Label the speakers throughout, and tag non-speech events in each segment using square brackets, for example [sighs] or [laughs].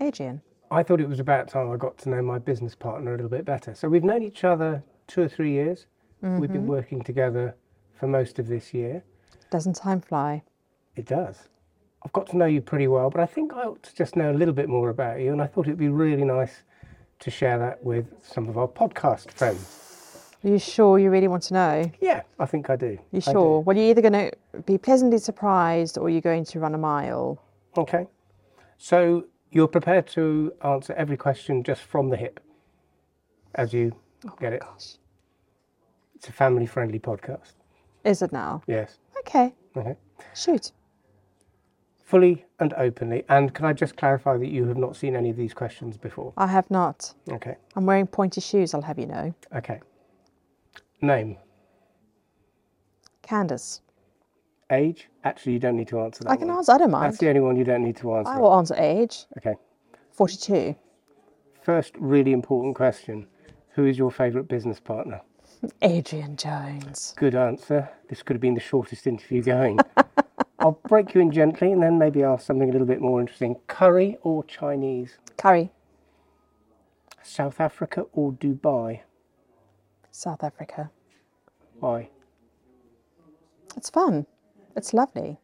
Speaker 1: Adrian.
Speaker 2: I thought it was about time I got to know my business partner a little bit better. So we've known each other two or three years. We've
Speaker 1: Mm-hmm.
Speaker 2: been working together for most of this year.
Speaker 1: Doesn't time fly?
Speaker 2: It does. I've got to know you pretty well, but I think I ought to just know a little bit more about you. And I thought it'd be really nice to share that with some of our podcast friends.
Speaker 1: Are you sure you really want to know?
Speaker 2: Yeah, I think I do.
Speaker 1: You
Speaker 2: I do.
Speaker 1: sure? Well, you're either going to be pleasantly surprised or you're going to run a mile.
Speaker 2: Okay. So you're prepared to answer every question just from the hip as you
Speaker 1: Oh,
Speaker 2: get it.
Speaker 1: Gosh.
Speaker 2: It's a family friendly podcast.
Speaker 1: Is it now?
Speaker 2: Yes.
Speaker 1: Okay.
Speaker 2: Okay.
Speaker 1: Shoot.
Speaker 2: Fully and openly. And can I just clarify that you have not seen any of these questions before?
Speaker 1: I have not.
Speaker 2: Okay.
Speaker 1: I'm wearing pointy shoes, I'll have you know.
Speaker 2: Okay. Name,
Speaker 1: Candace.
Speaker 2: age. Actually, you don't need to answer that.
Speaker 1: I can
Speaker 2: one.
Speaker 1: answer. I don't mind.
Speaker 2: That's the only one you don't need to answer.
Speaker 1: I will answer age.
Speaker 2: Okay.
Speaker 1: 42.
Speaker 2: First, really important question Who is your favourite business partner?
Speaker 1: Adrian Jones.
Speaker 2: Good answer. This could have been the shortest interview going.
Speaker 1: [laughs]
Speaker 2: I'll break you in gently and then maybe ask something a little bit more interesting. Curry or Chinese?
Speaker 1: Curry.
Speaker 2: South Africa or Dubai?
Speaker 1: South Africa.
Speaker 2: Why?
Speaker 1: It's fun. It's lovely.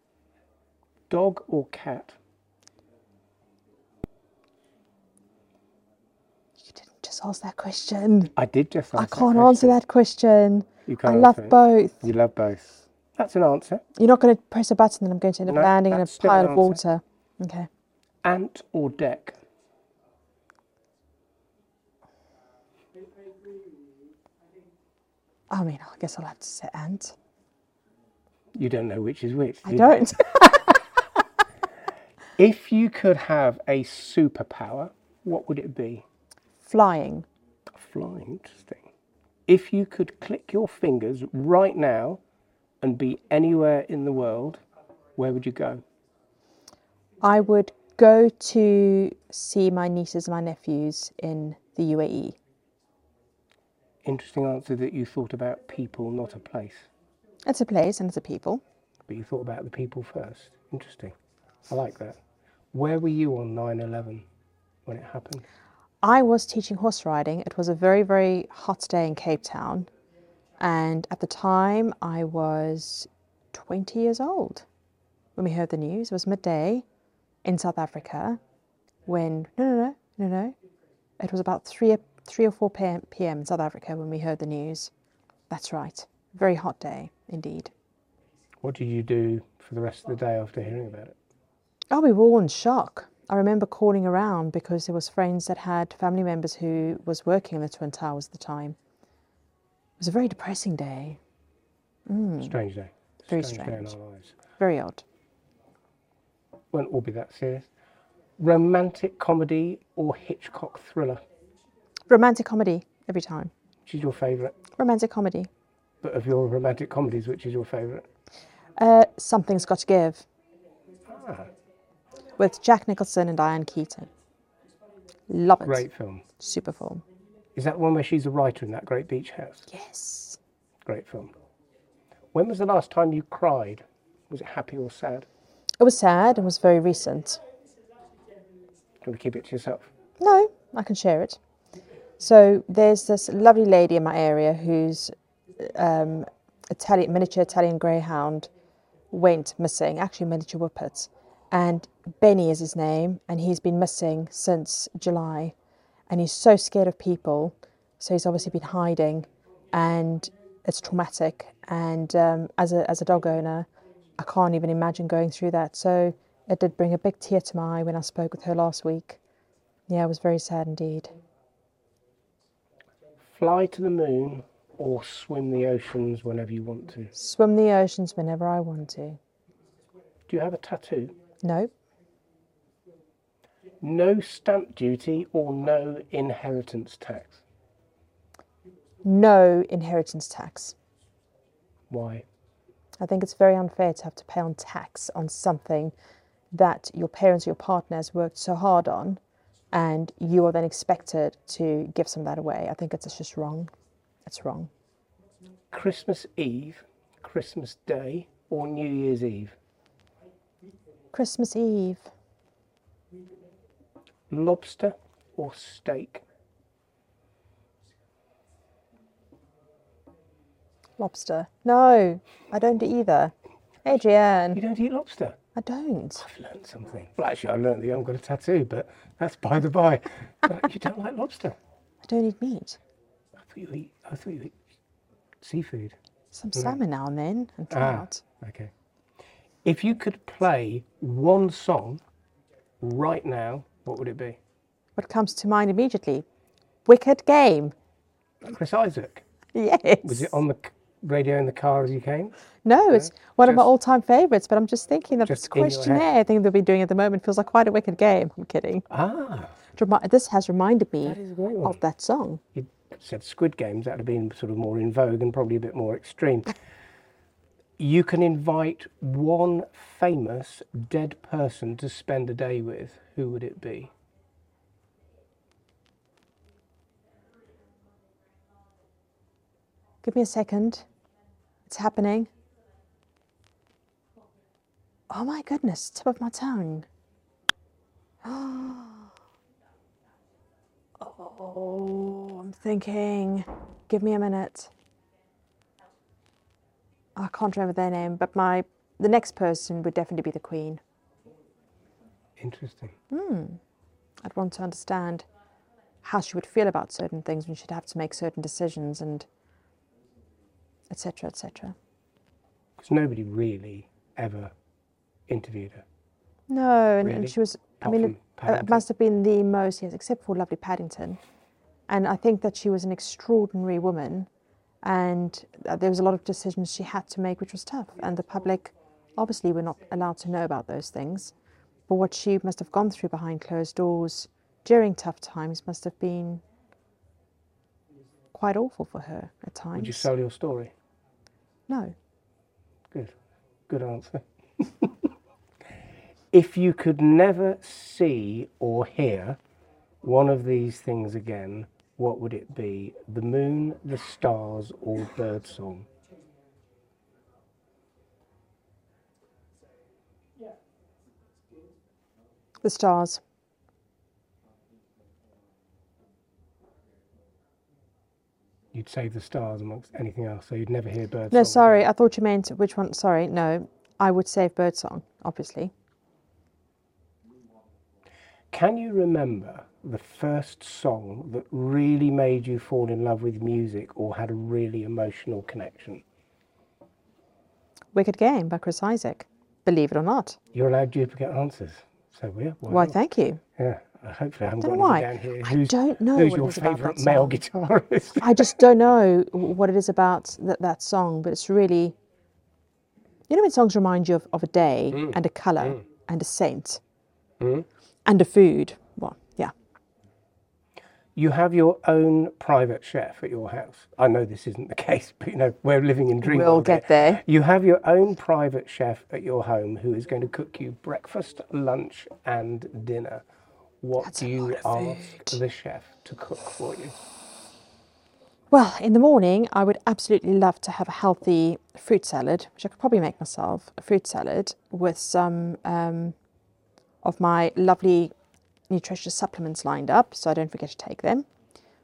Speaker 2: Dog or cat?
Speaker 1: You didn't just ask that question.
Speaker 2: I did just answer.
Speaker 1: I
Speaker 2: that
Speaker 1: can't
Speaker 2: question.
Speaker 1: answer that question.
Speaker 2: You
Speaker 1: I
Speaker 2: can't
Speaker 1: love
Speaker 2: answer it.
Speaker 1: both.
Speaker 2: You love both. That's an answer.
Speaker 1: You're not going to press a button and I'm going to end up
Speaker 2: No,
Speaker 1: landing in a
Speaker 2: that's still an
Speaker 1: pile of
Speaker 2: answer.
Speaker 1: water. Okay.
Speaker 2: Ant or deck?
Speaker 1: I mean, I guess I'll have to say ant.
Speaker 2: You don't know which is which. do
Speaker 1: I
Speaker 2: you?
Speaker 1: don't. [laughs]
Speaker 2: If you could have a superpower, what would it be?
Speaker 1: Flying.
Speaker 2: Flying, interesting. If you could click your fingers right now and be anywhere in the world, where would you go?
Speaker 1: I would go to see my nieces and my nephews in the E. UAE.
Speaker 2: Interesting answer that you thought about people, not a place,
Speaker 1: It's a place and it's a people.
Speaker 2: but you thought about the people first. Interesting. I like that. Where were you on 9 11 when it happened?
Speaker 1: I was teaching horse riding. It was a very, very hot day in Cape Town. And at the time, I was 20 years old when we heard the news. It was midday in South Africa when, no, no, no, no, no. It was about 3, o- 3 or 4 p.m. p.m. in South Africa when we heard the news. That's right. Very hot day indeed.
Speaker 2: What did you do for the rest of the day after hearing about it?
Speaker 1: Oh, we were all in shock. I remember calling around because there was friends that had family members who was working in the Twin Towers at the time. It was a very depressing day.
Speaker 2: Strange day.
Speaker 1: Very
Speaker 2: day in our lives.
Speaker 1: Very odd.
Speaker 2: Won't all be that serious. Romantic comedy or Hitchcock thriller?
Speaker 1: Romantic comedy every time.
Speaker 2: Which is your favourite?
Speaker 1: Romantic comedy.
Speaker 2: But of your romantic comedies, which is your favourite?
Speaker 1: Uh, Something's Got to Give
Speaker 2: Ah,
Speaker 1: with Jack Nicholson and Diane Keaton. Love it.
Speaker 2: great film.
Speaker 1: Super film.
Speaker 2: Is that one where she's a writer in that great beach house?
Speaker 1: Yes.
Speaker 2: Great film. When was the last time you cried? Was it happy or sad?
Speaker 1: It was sad and was very recent.
Speaker 2: Do you want to keep it to yourself?
Speaker 1: No, I can share it. So there's this lovely lady in my area whose um, Italian miniature Italian greyhound went missing, actually miniature whippet, and Benny is his name, and he's been missing since July, and he's so scared of people, so he's obviously been hiding, and it's traumatic. And um, as a as a dog owner, I can't even imagine going through that. So it did bring a big tear to my eye when I spoke with her last week. Yeah, it was very sad indeed.
Speaker 2: Fly to the moon or swim the oceans whenever you want to?
Speaker 1: Swim the oceans whenever I want to.
Speaker 2: Do you have a tattoo?
Speaker 1: No,
Speaker 2: No stamp duty or no inheritance tax?
Speaker 1: no inheritance tax.
Speaker 2: Why?
Speaker 1: I think it's very unfair to have to pay on tax on something that your parents or your partner has worked so hard on, and you are then expected to give some of that away. I think it's, it's just wrong. It's wrong.
Speaker 2: Christmas Eve, Christmas Day, or New Year's Eve?
Speaker 1: Christmas Eve.
Speaker 2: lobster or steak?
Speaker 1: Lobster. No, I don't do either.
Speaker 2: You
Speaker 1: Adrian,
Speaker 2: don't eat lobster.
Speaker 1: I don't.
Speaker 2: I've learned something. Well, actually, I learned that you haven't got a tattoo, but that's by the by. but you don't like lobster.
Speaker 1: I don't eat meat.
Speaker 2: I thought you eat. I thought you eat seafood.
Speaker 1: Some salmon now and then, and
Speaker 2: Ah.
Speaker 1: trout.
Speaker 2: Okay. If you could play one song right now, what would it be?
Speaker 1: What comes to mind immediately? Wicked game. [laughs]
Speaker 2: Chris Isaac.
Speaker 1: Yes.
Speaker 2: Was it on the c- radio in the car as you came?
Speaker 1: No, it's one of my
Speaker 2: Just-
Speaker 1: all-time favourites. But I'm just thinking that
Speaker 2: Just
Speaker 1: this
Speaker 2: in your head.
Speaker 1: questionnaire thing they'll be doing at the moment feels like quite a wicked game. I'm kidding.
Speaker 2: Ah, Oh,
Speaker 1: Remi- this has reminded
Speaker 2: that
Speaker 1: me
Speaker 2: is a great one.
Speaker 1: of that song.
Speaker 2: You said Squid Games. That would have been sort of more in vogue and probably a bit more extreme. [laughs] You can invite one famous dead person to spend a day with. Who would it be?
Speaker 1: Give me a second. It's happening. Oh my goodness, tip of my tongue. [gasps] Oh, I'm thinking. Give me a minute. I can't remember their name, but my the next person would definitely be the Queen.
Speaker 2: Interesting.
Speaker 1: I'd want to understand how she would feel about certain things when she'd have to make certain decisions and etc. etc.
Speaker 2: Because nobody really ever interviewed her.
Speaker 1: No, and,
Speaker 2: Really?
Speaker 1: and she was. I
Speaker 2: Apart
Speaker 1: mean,
Speaker 2: from
Speaker 1: it- uh, it
Speaker 2: Paddington.
Speaker 1: must have been the most yes, except for lovely Paddington, and I think that she was an extraordinary woman, and uh, there was a lot of decisions she had to make, which was tough, and the public, obviously, were not allowed to know about those things, but what she must have gone through behind closed doors during tough times must have been quite awful for her at times.
Speaker 2: Would you sell your story?
Speaker 1: no,
Speaker 2: Good. Good answer. [laughs] if you could never see or hear one of these things again, what would it be? The moon, the stars, or birdsong?
Speaker 1: the stars.
Speaker 2: You'd save the stars amongst anything else, so you'd never hear birdsong.
Speaker 1: No,
Speaker 2: again.
Speaker 1: sorry, I thought you meant which one. Sorry, no, I would save birdsong, obviously.
Speaker 2: Can you remember the first song that really made you fall in love with music or had a really emotional connection?
Speaker 1: Wicked Game by Chris Isaac. Believe it or not.
Speaker 2: You're allowed duplicate answers. So we are. Why
Speaker 1: Why,
Speaker 2: not?
Speaker 1: thank you.
Speaker 2: Yeah, uh, hopefully I haven't got
Speaker 1: Don't know
Speaker 2: anything
Speaker 1: why.
Speaker 2: down here.
Speaker 1: I don't know
Speaker 2: Who's
Speaker 1: what it
Speaker 2: your
Speaker 1: is about
Speaker 2: favourite
Speaker 1: that
Speaker 2: male
Speaker 1: song.
Speaker 2: guitarist? [laughs]
Speaker 1: I just don't know w- what it is about that, that song, but it's really. You know when songs remind you of, of a day and a colour and a saint and a food? Well, yeah.
Speaker 2: you have your own private chef at your house. I know this isn't the case, but you know we're living in dream.
Speaker 1: We'll
Speaker 2: world here.
Speaker 1: get there.
Speaker 2: You have your own private chef at your home who is going to cook you breakfast, lunch, and dinner. What do you ask the chef to cook for you?
Speaker 1: Well, in the morning, I would absolutely love to have a healthy fruit salad, which I could probably make myself a fruit salad with some um, of my lovely nutritious supplements lined up so I don't forget to take them.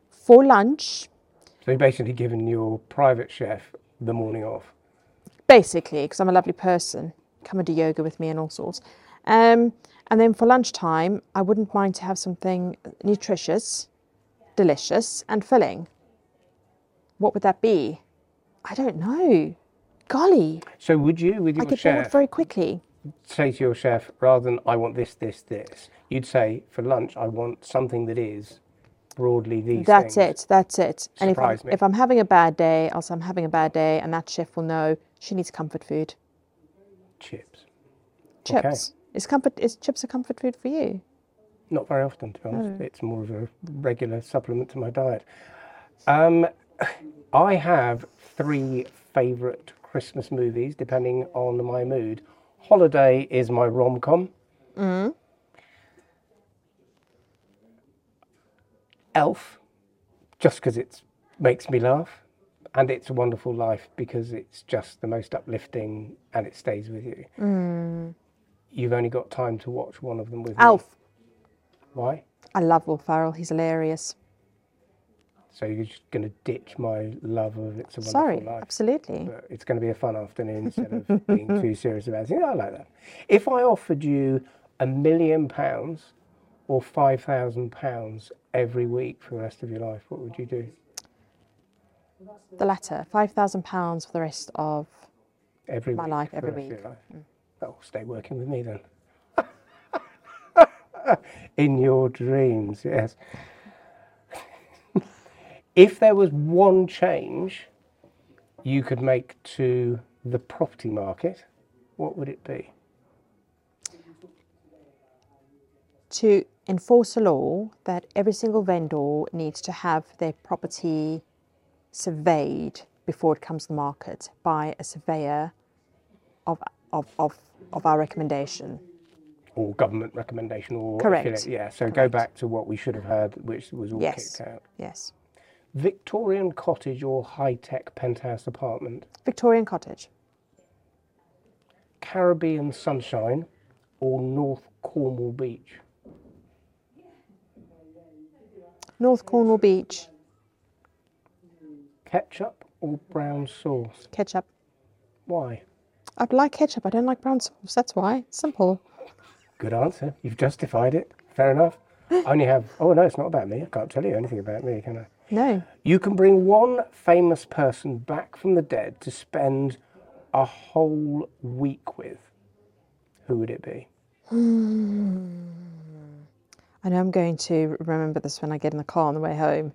Speaker 1: For lunch,
Speaker 2: So you're basically giving your private chef the morning off.
Speaker 1: basically, because I'm a lovely person. Come and do yoga with me and all sorts. Um, and then for lunchtime, I wouldn't mind to have something nutritious, delicious, and filling. What would that be? I don't know. Golly,
Speaker 2: So would you, with
Speaker 1: I
Speaker 2: your
Speaker 1: get bored
Speaker 2: chef,
Speaker 1: very quickly.
Speaker 2: say to your chef rather than I want this, this, this, you'd say for lunch I want something that is broadly these
Speaker 1: That's
Speaker 2: things.
Speaker 1: it. That's it. And if I'm,
Speaker 2: Surprise me.
Speaker 1: if I'm having a bad day, I'll say I'm having a bad day, and that chef will know she needs comfort food.
Speaker 2: Chips. Okay.
Speaker 1: Chips. Is comfort is chips a comfort food for you?
Speaker 2: Not very often, to be honest. It's more of a regular supplement to my diet. Um, [sighs] I have three favourite Christmas movies, depending on my mood. Holiday is my rom com. Elf, just because it makes me laugh. And It's a Wonderful Life because it's just the most uplifting and it stays with you. You've only got time to watch one of them with me.
Speaker 1: Alf.
Speaker 2: Why?
Speaker 1: I love Will Ferrell. He's hilarious.
Speaker 2: So you're just going to ditch my love of It's a Wonderful
Speaker 1: Sorry,
Speaker 2: Life.
Speaker 1: absolutely.
Speaker 2: But it's going to be a fun afternoon instead of being too serious about it. Yeah, I like that. If I offered you a million pounds or five thousand pounds every week for the rest of your life, what would you do?
Speaker 1: The latter, five thousand pounds for the rest of.
Speaker 2: Every
Speaker 1: My
Speaker 2: week
Speaker 1: life,
Speaker 2: for the
Speaker 1: every
Speaker 2: rest of
Speaker 1: week. Mm.
Speaker 2: your life? Oh, stay working with me then. [laughs] In your dreams, yes. [laughs] if there was one change you could make to the property market, what would it be?
Speaker 1: to enforce a law that every single vendor needs to have their property surveyed before it comes to the market by a surveyor of, of, of, of our recommendation.
Speaker 2: Or government recommendation, or
Speaker 1: Correct.
Speaker 2: affiliate- yeah. So go back to what we should have had, which was all
Speaker 1: Yes.
Speaker 2: kicked out.
Speaker 1: Yes.
Speaker 2: Victorian cottage or high tech penthouse apartment,
Speaker 1: Victorian cottage,
Speaker 2: Caribbean sunshine, or North Cornwall beach.
Speaker 1: North Cornwall Beach,
Speaker 2: ketchup or brown sauce?
Speaker 1: ketchup.
Speaker 2: Why?
Speaker 1: I like ketchup, I don't like brown sauce, that's why. Simple.
Speaker 2: Good answer. You've justified it. Fair enough. I only have. Oh no, it's not about me. I can't tell you anything about me, can I?
Speaker 1: No.
Speaker 2: You can bring one famous person back from the dead to spend a whole week with. Who would it be?
Speaker 1: I know I'm going to remember this when I get in the car on the way home.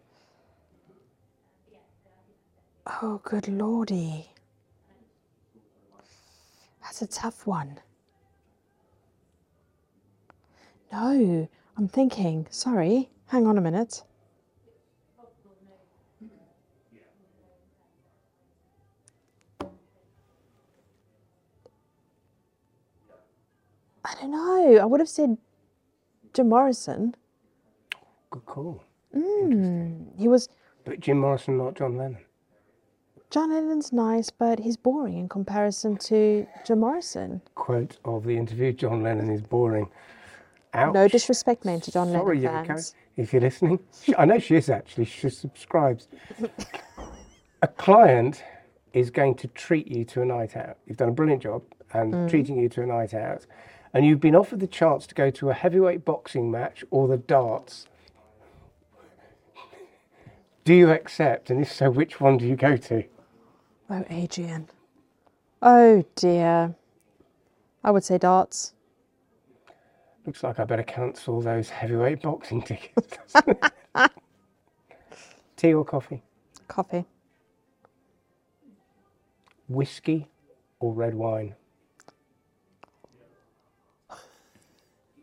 Speaker 1: Oh, good lordy. That's a tough one. No, I'm thinking. Sorry, hang on a minute. I don't know. I would have said Jim Morrison.
Speaker 2: Good call.
Speaker 1: He was
Speaker 2: But Jim Morrison, not John Lennon.
Speaker 1: John Lennon's nice, but he's boring in comparison to Jim Morrison.
Speaker 2: Quote of the interview: John Lennon is boring. Ouch.
Speaker 1: No disrespect meant to John
Speaker 2: Sorry,
Speaker 1: Lennon
Speaker 2: Yoko,
Speaker 1: fans.
Speaker 2: if you're listening. [laughs] She- I know she is actually, she subscribes. a client is going to treat you to a night out. You've done a brilliant job and treating you to a night out. And you've been offered the chance to go to a heavyweight boxing match or the darts. Do you accept? And if so, which one do you go to?
Speaker 1: Oh, Adrian. Oh dear. I would say darts.
Speaker 2: Looks like I better cancel those heavyweight boxing tickets. [laughs] Tea or coffee?
Speaker 1: Coffee.
Speaker 2: Whiskey or red wine?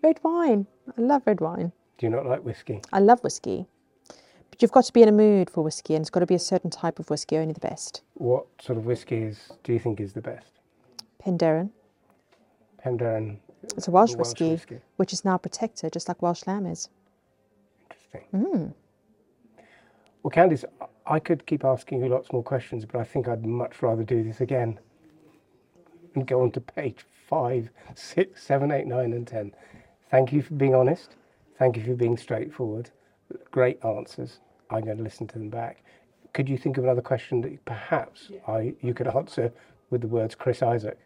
Speaker 1: Red wine. I love red wine.
Speaker 2: Do you not like whiskey?
Speaker 1: I love whiskey. But you've got to be in a mood for whiskey, and it's got to be a certain type of whiskey, only the best.
Speaker 2: What sort of whiskey is do you think is the best?
Speaker 1: Penderin.
Speaker 2: Penderin.
Speaker 1: It's a Welsh,
Speaker 2: Welsh
Speaker 1: whiskey,
Speaker 2: whiskey.
Speaker 1: which is now protected, just like Welsh lamb is.
Speaker 2: Interesting. Well, Candice, I- I could keep asking you lots more questions, but I think I'd much rather do this again and go on to page five, six, seven, eight, nine, and ten. Thank you for being honest. Thank you for being straightforward. Great answers. I'm going to listen to them back. Could you think of another question that perhaps I you could answer with the words Chris Isaac?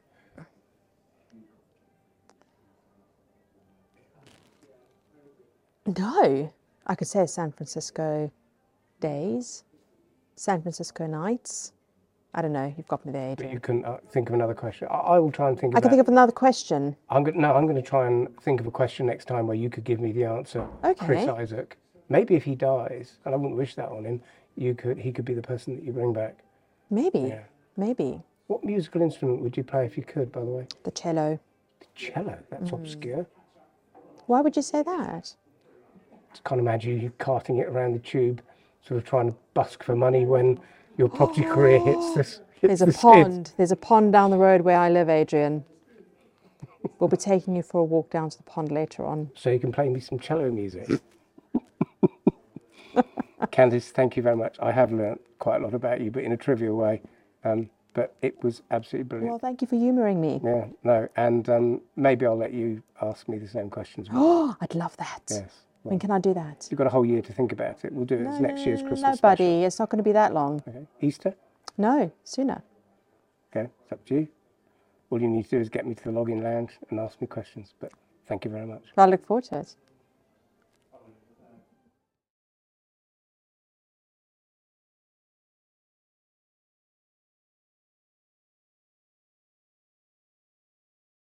Speaker 1: No. I could say San Francisco days, San Francisco nights. I don't know. You've got me there,
Speaker 2: But
Speaker 1: Adrian.
Speaker 2: you can uh, think of another question. I, I will try and think.
Speaker 1: I
Speaker 2: of
Speaker 1: can
Speaker 2: that.
Speaker 1: think of another question.
Speaker 2: I'm going no, I'm going to try and think of a question next time where you could give me the answer. Chris
Speaker 1: Okay.
Speaker 2: Isaac. Maybe if he dies, and I wouldn't wish that on him, you could he could be the person that you bring back.
Speaker 1: Maybe.
Speaker 2: Yeah.
Speaker 1: Maybe.
Speaker 2: What musical instrument would you play if you could, by the way?
Speaker 1: The cello.
Speaker 2: The cello.
Speaker 1: Hmm.
Speaker 2: That's obscure.
Speaker 1: Why would you say that?
Speaker 2: Just can't imagine you carting it around the tube, sort of trying to busk for money when your property career hits this. hits [laughs]
Speaker 1: There's a
Speaker 2: the skids.
Speaker 1: pond. There's a pond down the road where I live, Adrian. We'll be taking you for a walk down to the pond later on.
Speaker 2: so you can play me some cello music. [laughs] Candice, thank you very much. I have learnt quite a lot about you, but in a trivial way. Um, but it was absolutely brilliant.
Speaker 1: Well, thank you for humouring me.
Speaker 2: yeah,
Speaker 1: [gasps]
Speaker 2: no, and um, maybe I'll let you ask me the same questions.
Speaker 1: Oh, [gasps] I'd love that.
Speaker 2: yes,
Speaker 1: When can I do that?
Speaker 2: You've got a whole year to think about it. We'll do it as next year's Christmas.
Speaker 1: No,
Speaker 2: special.
Speaker 1: buddy, it's not going to be that long.
Speaker 2: Okay. Easter?
Speaker 1: No, sooner.
Speaker 2: Okay, it's up to you. All you need to do is get me to the login lounge and ask me questions. But thank you very much.
Speaker 1: I look forward to it.